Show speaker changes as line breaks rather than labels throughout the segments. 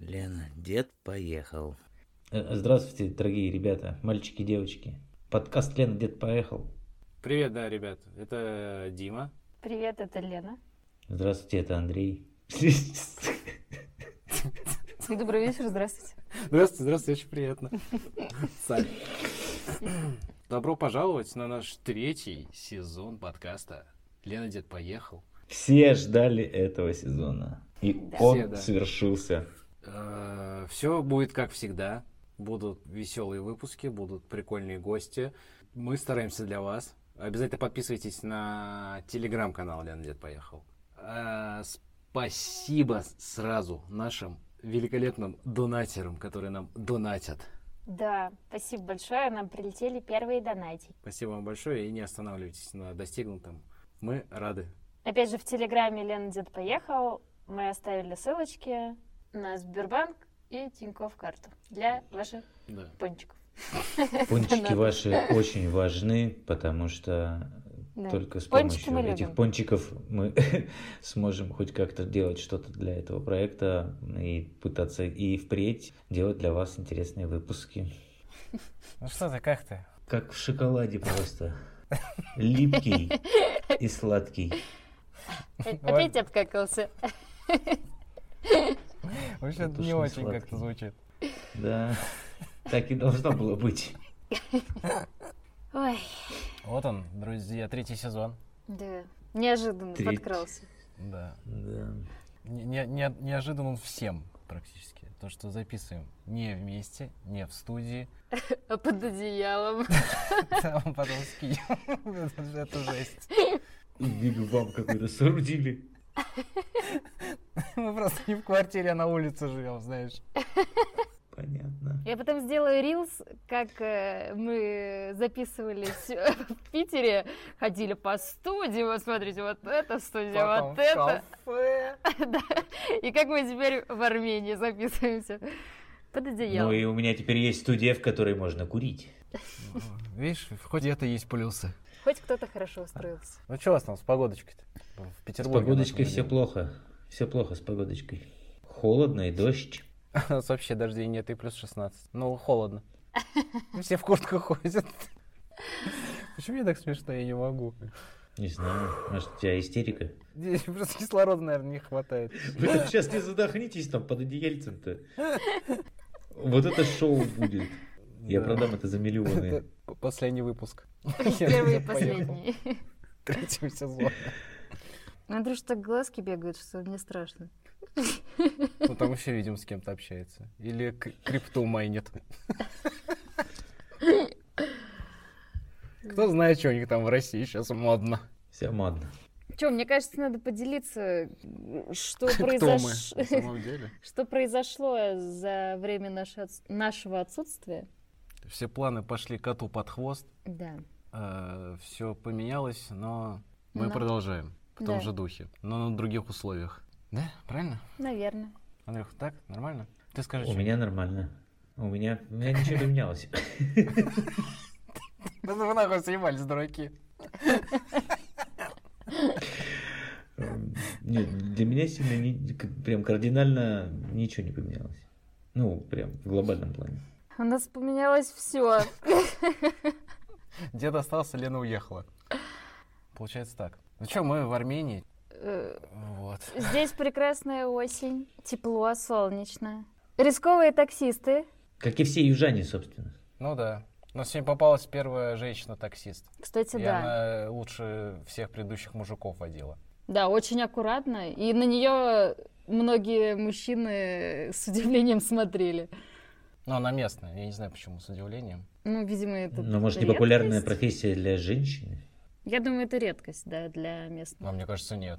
Лена, дед поехал.
Э, Здравствуйте, дорогие ребята, мальчики, девочки. Подкаст Лена Дед поехал.
Привет, да, ребят. Это Дима.
Привет, это Лена.
Здравствуйте, это Андрей.
Добрый вечер, здравствуйте.
Здравствуйте, здравствуйте, очень приятно. Саня. Добро пожаловать на наш третий сезон подкаста. Лена Дед поехал.
Все ждали этого сезона. И он
Все, да.
свершился.
Все Э, будет как всегда. Будут веселые выпуски, будут прикольные гости. Мы стараемся для вас. Обязательно подписывайтесь на телеграм-канал Лен Дед Поехал. Э, Спасибо сразу нашим великолепным донатерам, которые нам донатят.
Да, спасибо большое, нам прилетели первые донатики.
Спасибо вам большое и не останавливайтесь на достигнутом. Мы рады.
Опять же, в Телеграме Лена Дед поехал, мы оставили ссылочки на Сбербанк и Тинькофф карту для ваших
Да.
пончиков.
Пончики
Да.
ваши очень важны, потому что
Да.
только с
Пончики
помощью
мы
этих
любим.
пончиков мы сможем хоть как-то делать что-то для этого проекта и пытаться и впредь делать для вас интересные выпуски.
Ну что ты, как ты?
Как в шоколаде просто. Липкий и сладкий.
Опять
Э, обкакался.
Вообще
Это
не
ж не
очень
сладкий.
как-то звучит.
Да, так и должно было быть.
Ой,
Вот он, друзья, третий сезон.
да, неожиданно
Треть.
подкрался.
Да.
Да.
Не- не- не- неожиданно он всем практически. То, что записываем не вместе, не в студии.
А под одеялом.
а он потом скинем. Это же- Это жесть.
Биг бам какой-то соорудили.
Мы просто не в квартире, а на улице живем, знаешь.
Понятно.
Я потом сделаю рилс, как э, мы записывались в Питере, ходили по студии, вот смотрите, вот эта студия,
Потом
вот
в
это.
кафе.
Да. И как мы теперь в Армении записываемся? Под
Ну
одеялом.
и у меня теперь есть студия, в которой можно курить.
Видишь, хоть где-то есть плюсы.
Хоть кто-то хорошо устроился.
Ну что у вас там с погодочкой-то? В
С
Петербурге.
погодочкой
на
все
самом
плохо. Все плохо с погодочкой. Холодно и дождь.
деле. У нас вообще дождей нет, и плюс 16. Ну, холодно. Все в куртках ходят. Почему мне так смешно? Я не могу.
Не знаю, может у тебя истерика?
Здесь просто кислорода, наверное, не хватает.
Вы там сейчас не задохнитесь там под одеяльцем-то. Вот это шоу будет. Я
Да.
продам это за
Это
миллионы.
п- последний выпуск.
Первый
Первый
и последний.
Третьего сезона.
Андрюш, так глазки бегают, что мне страшно.
Ну, там еще, видимо, с кем-то общается. Или к- крипту майнит. Кто знает, что у них там в России сейчас модно.
Все модно.
Че, мне кажется, надо поделиться, что
Кто мы,
произошло.
на самом деле?
Что произошло за время наше отс- нашего отсутствия?
Все планы пошли коту под хвост.
Да.
Все поменялось, но мы
Но-
продолжаем в том
Да.
же духе, но на других условиях. Да, правильно?
Наверное.
Андрюх, так? Нормально? Ты скажи,
У
что?
меня нормально. У меня, у меня ничего не поменялось.
Да вы нахуй съебались, дураки.
Эм, Нет, для меня сильно ни- к- прям кардинально ничего не поменялось. Ну, прям в глобальном плане.
У нас поменялось все.
Дед остался, Лена уехала. Получается так. Ну что, мы в Армении. Вот.
Э, Здесь прекрасная осень, тепло, солнечно. Рисковые таксисты.
Как и все южане, собственно.
Ну да. У нас сегодня попалась первая женщина-таксист.
Кстати,
И
да.
она лучше всех предыдущих мужиков водила.
Да, очень аккуратно. И на нее многие мужчины с удивлением смотрели.
Но Ну, она местная, я не знаю почему, с удивлением.
Ну, видимо, это
Но, может, и
редкость.
популярная профессия для женщины?
Я думаю, это редкость, да, для местных.
Но мне кажется, нет.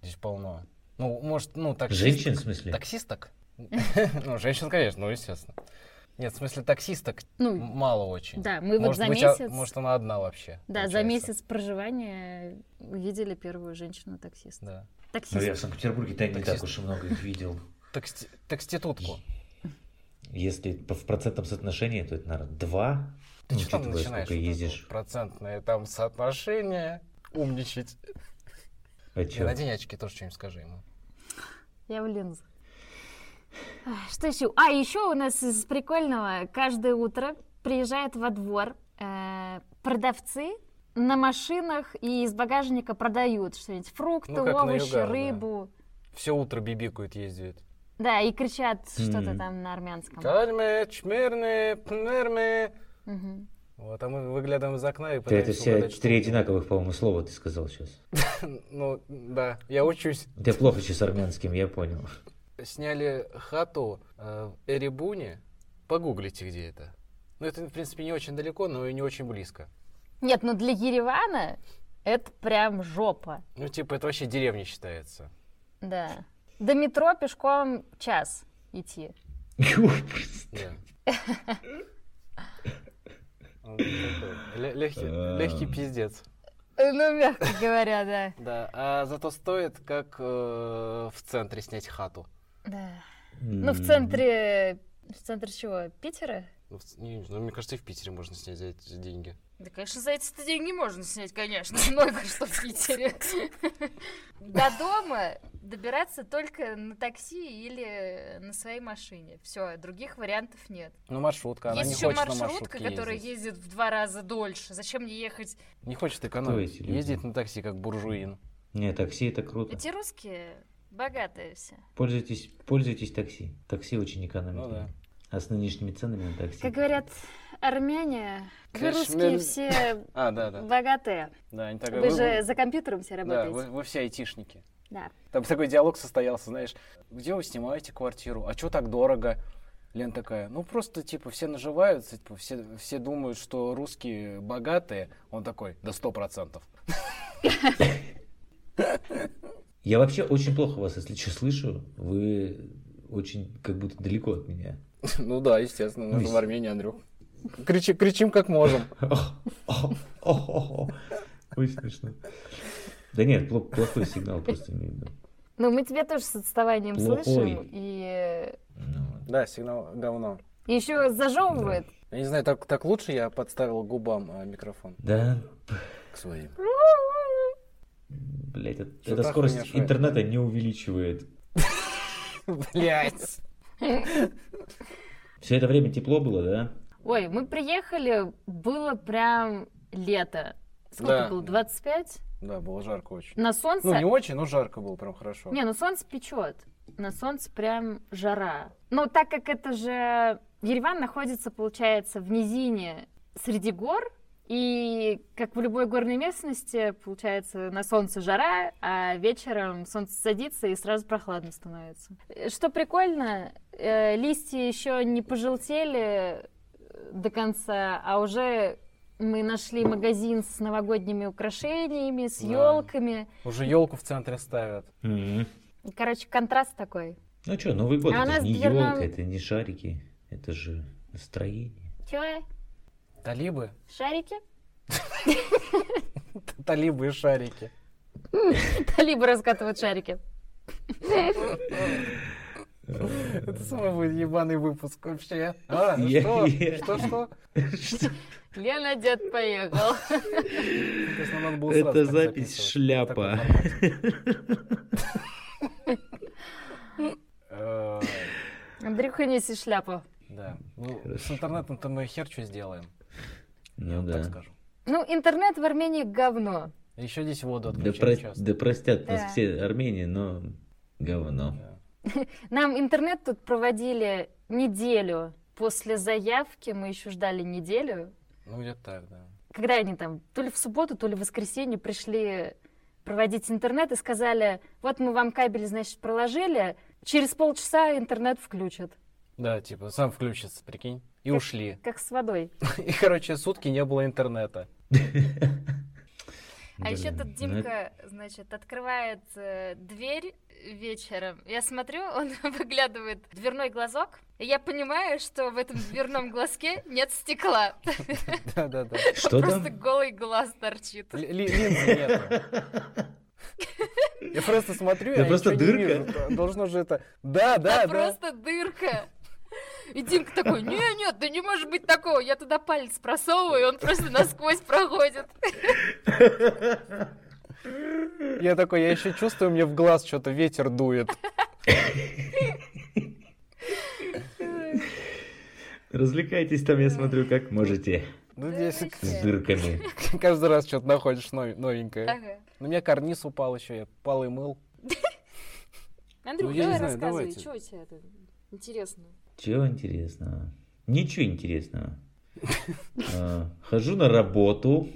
Здесь полно. Ну, может, ну, таксист.
Женщин, в смысле?
Таксисток? Ну, женщин, конечно, ну, естественно. Нет, в смысле таксисток м-
Ну,
мало очень.
да, мы вот
может
за
быть, а-
месяц...
может, она одна вообще.
Да, за
получается.
месяц проживания увидели первую женщину-таксиста.
Да.
Ну, я
Таксист.
в Санкт-Петербурге-то не так
Таксист.
уж и много их видел.
Таксти- Такститутку.
Если по- в процентном соотношении, то это, наверное, два.
Ты
Ну,
что там
учитывая,
начинаешь?
сколько
вот это
ездишь.
вот Процентное там соотношение. Умничать.
А
Не,
чё?
надень очки, тоже что-нибудь скажи ему.
Я в линзах. Ай, Что еще? А, еще у нас из прикольного каждое утро приезжают во двор э, продавцы на машинах и из багажника продают что-нибудь. Фрукты,
Ну, как на
овощи,
Югар, да.
рыбу.
Все утро бибикают, ездит.
Да. и кричат что-то
Мгм.
там на армянском.
Кальме, чмерне, пнерме.
Мгм.
Вот, а мы выглядываем из окна
Ты
и
это
пытаемся
все
угадать, что
четыре
это.
одинаковых, по-моему, слова ты сказал сейчас.
Ну, да, я учусь.
У тебя плохо еще с армянским, я понял.
Сняли хату э, в Эребуне. Погуглите, где это. Ну, это, в принципе, не очень далеко, но и не очень близко.
Нет, ну для Еревана это прям жопа.
Ну, типа, это вообще деревня считается.
Да. До метро пешком час идти.
Да. Он такой, ле- Легкий
Эм.
легкий пиздец.
Э, Ну, мягко говоря, да.
Да, а зато стоит, как э, в центре снять хату.
Да. Ну, в центре... В центре чего? Питера?
Ну, в ц- не знаю, мне кажется, и в Питере можно снять за эти деньги.
Да, конечно, за эти деньги можно снять, конечно. Много что в Питере. До дома добираться только на такси или на своей машине. Все, других вариантов нет.
Ну, маршрутка, она
Есть
не
еще
хочет на
маршрутка,
маршрутке
которая
ездить.
ездит в два раза дольше. Зачем мне ехать?
Не хочет экономить.
эти люди?
Ездит на такси, как буржуин.
Не, такси это круто.
Эти русские богатые все.
Пользуйтесь, пользуйтесь такси. Такси очень экономит.
Ну да.
А с нынешними ценами на такси.
Как говорят армяне, вы
Кэшмен.
русские все
А, да, да.
богатые.
Да, они так
Вы же за компьютером все
Да, вы,
работаете.
вы все айтишники.
Да.
Там такой диалог состоялся, знаешь, где вы снимаете квартиру, а чё так дорого? Лен такая, ну просто типа все наживаются, типа, все, все думают, что русские богатые. Он такой, да сто процентов.
Я вообще очень плохо вас, если что, слышу. Вы очень как будто далеко от меня.
Ну да, естественно,
мы же в
Армении, Андрюх. кричим как можем.
Очень смешно. Да нет, пло- плохой сигнал просто имею в виду.
Ну, мы тебя тоже с отставанием
Плохой.
слышим. И
Ну,
Да, сигнал говно.
еще зажевывает.
Я не знаю, так, так лучше я подставил губам э, микрофон
Да,
к своим.
блять, это,
Что
эта
так
скорость
хуйня, что
интернета не увеличивает.
Блять.
Все это время тепло было, да?
Ой, мы приехали, было прям лето. Сколько
Да.
было? 25?
Да, было жарко очень.
На солнце...
Ну, не очень, но жарко было прям хорошо.
Не, ну солнце печет. На солнце прям жара. Но так как это же... Ереван находится, получается, в низине среди гор, и как в любой горной местности, получается, на солнце жара, а вечером солнце садится и сразу прохладно становится. Э, Что прикольно, э, листья еще не пожелтели э, до конца, а уже мы нашли магазин с новогодними украшениями, с
Да.
елками.
Уже елку в центре ставят.
Мгм.
Короче, контраст такой.
Ну что, Новый год,
А у
это
нас
же не
дверном-
елка, это не шарики, это же настроение.
Чё?
Талибы?
Шарики?
Талибы и шарики.
Талибы раскатывают шарики.
Это самый будет ебаный выпуск вообще. А,
Я-
что?
я-
Что, что?
Лена, дед поехал.
Конечно, надо было сразу
Это
так
запись
записывать.
шляпа.
Э,
Андрюха, неси шляпу.
Да. Ну,
Хорошо.
с интернетом-то мы хер что сделаем.
Ну
Так
да.
скажу.
Ну, интернет в Армении говно.
Еще здесь воду
Да,
отключают
про-
часто.
да простят
Да.
нас все Армении, но говно.
Да.
Нам интернет тут проводили неделю. После заявки мы еще ждали неделю.
Ну, где-то так, да.
Когда они там, то ли в субботу, то ли в воскресенье пришли проводить интернет и сказали, вот мы вам кабель, значит, проложили, через полчаса интернет включат.
Да, типа, сам включится, прикинь. И ушли.
Как с водой.
И, короче, сутки не было интернета.
Блин,
А еще
ну
тут Димка, значит, открывает э, дверь вечером. Я смотрю, он выглядывает в дверной глазок. И я понимаю, что в этом дверном глазке нет стекла.
Да-да-да.
Что
Просто
там?
голый глаз торчит.
Ли- ли- Линзы нету. Я просто смотрю,
Да
я
просто
ничего не
дырка.
вижу. Должно же это... Да, да,
Да
А
да.
А просто дырка. И Димка такой, не, нет, да не может быть такого. Я туда палец просовываю, и он просто насквозь проходит.
Я такой, я еще чувствую, мне в глаз что-то ветер дует.
Развлекайтесь там, я смотрю, как можете.
Ну, здесь
С
Э.
дырками.
каждый раз что-то находишь нове- новенькое.
Ага.
У меня карниз упал еще, я полы мыл.
Андрюх,
Ну, я не
давай
знаю,
рассказывай,
давайте.
что у тебя это интересно.
Чего интересного? Ничего интересного. А, Хожу на работу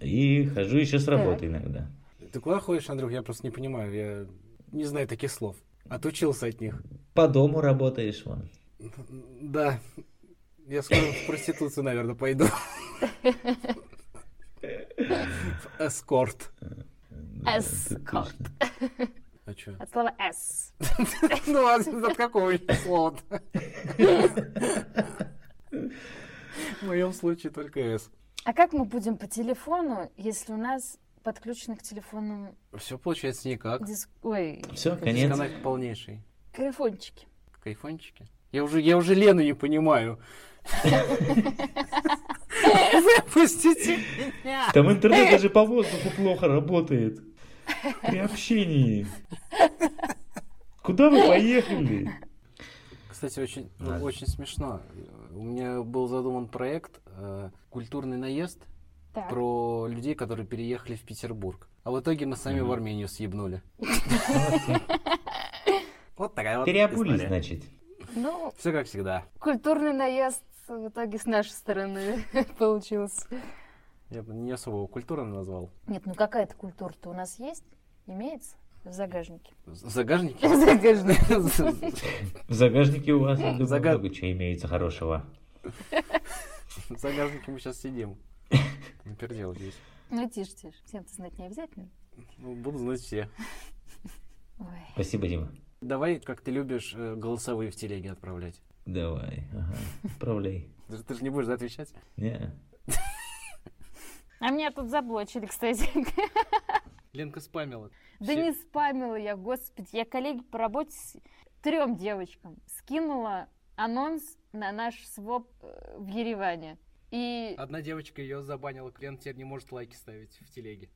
и хожу еще с работы иногда.
Ты куда ходишь, Андрюх? Я просто не понимаю. Я не знаю таких слов. Отучился от них.
По дому работаешь, вон.
Да. Я скоро в проституцию, наверное, пойду. В Эскорт.
А
Эскорт.
А чё?
От слова «с».
Ну, а от какого ещё слова В моем случае только «С».
А как мы будем по телефону, если у нас подключено к телефону
Все получается никак.
диск... Ой,
Все, конец.
Дисконнект полнейший.
телефончики?
Кайфончики. Я уже, я уже Лену не понимаю. Выпустите меня!
Там интернет даже по воздуху плохо работает. При общении. Куда вы поехали?
Кстати, очень, ну,
Надо.
очень смешно. У меня был задуман проект э, «Культурный наезд»
Так.
про людей, которые переехали в Петербург. А в итоге мы сами в Армению съебнули. Вот такая вот
Переобулись, значит.
Ну,
Все как всегда.
культурный наезд в итоге с нашей стороны получился.
Я бы не особо его культурным назвал.
Нет, ну какая-то культура-то у нас есть, имеется в загажнике.
З- Загажники?
В загажнике.
В загажнике у вас, я думаю,
Зага-
много чего имеется хорошего.
В загажнике мы сейчас сидим. Напердел здесь.
Ну, тише, тише. Всем-то знать не обязательно.
Ну, буду знать все.
Ой.
Спасибо, Дима.
Давай, как ты любишь, э, голосовые в телеге отправлять.
Давай, ага, отправляй.
Ты же, ты же не будешь да, отвечать?
Не.
А меня тут заблочили, кстати.
Ленка спамила.
Да
Все.
не спамила я, господи. Я коллеги по работе с трем девочкам скинула анонс на наш своп э, в Ереване. И
Одна девочка ее забанила, клиент теперь не может лайки ставить в телеге.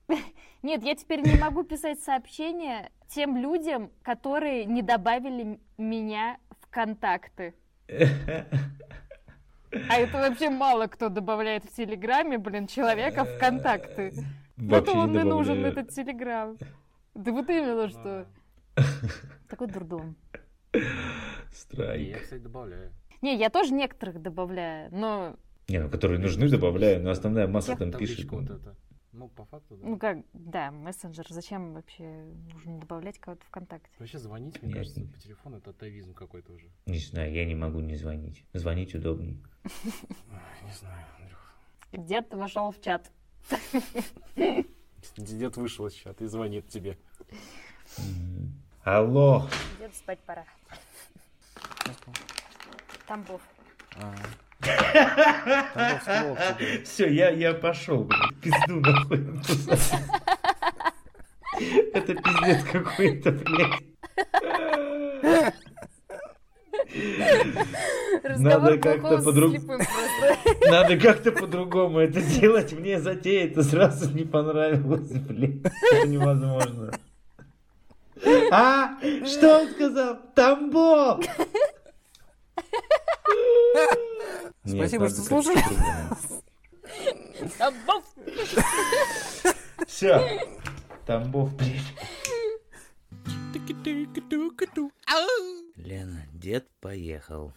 нет, я теперь не могу писать сообщения тем людям, которые не добавили м- меня в контакты. А это вообще мало кто добавляет в Телеграме, блин, человека в контакты.
Вообще
Это вам
не
не нужен
добавляю.
этот Телеграм. Да вот
Ну,
именно что. Такой дурдом.
Я,
Страйк.
кстати, добавляю.
Не, я тоже некоторых добавляю, но,
Не, ну которые нужны, добавляю, но основная масса
Всех
там пишет.
Табличку вот это. Ну, по факту, да.
ну как, да, мессенджер, зачем вообще нужно добавлять кого-то ВКонтакте?
Вообще звонить, мне
Я-
кажется, по телефону это атовизм какой-то уже.
Не знаю, я не могу не звонить. Звонить удобнее.
Не знаю, Андрюх.
Дед вошел в чат.
Дед вышел из чата и звонит тебе.
Мгм. Алло.
Деду спать пора. Тамбов.
Все, я, я пошел. Пизду нахуй. Это пиздец какой-то, блядь. Надо как-то по-другому. Надо как-то по-другому это делать. Мне затея это сразу не понравилось, блин. Это невозможно. А? Что он сказал? Тамбов! Нет,
Спасибо,
надо
что
как-то
слушали.
по-другому.
Тамбов!
Все. Тамбов, блядь.
Лена, дед поехал.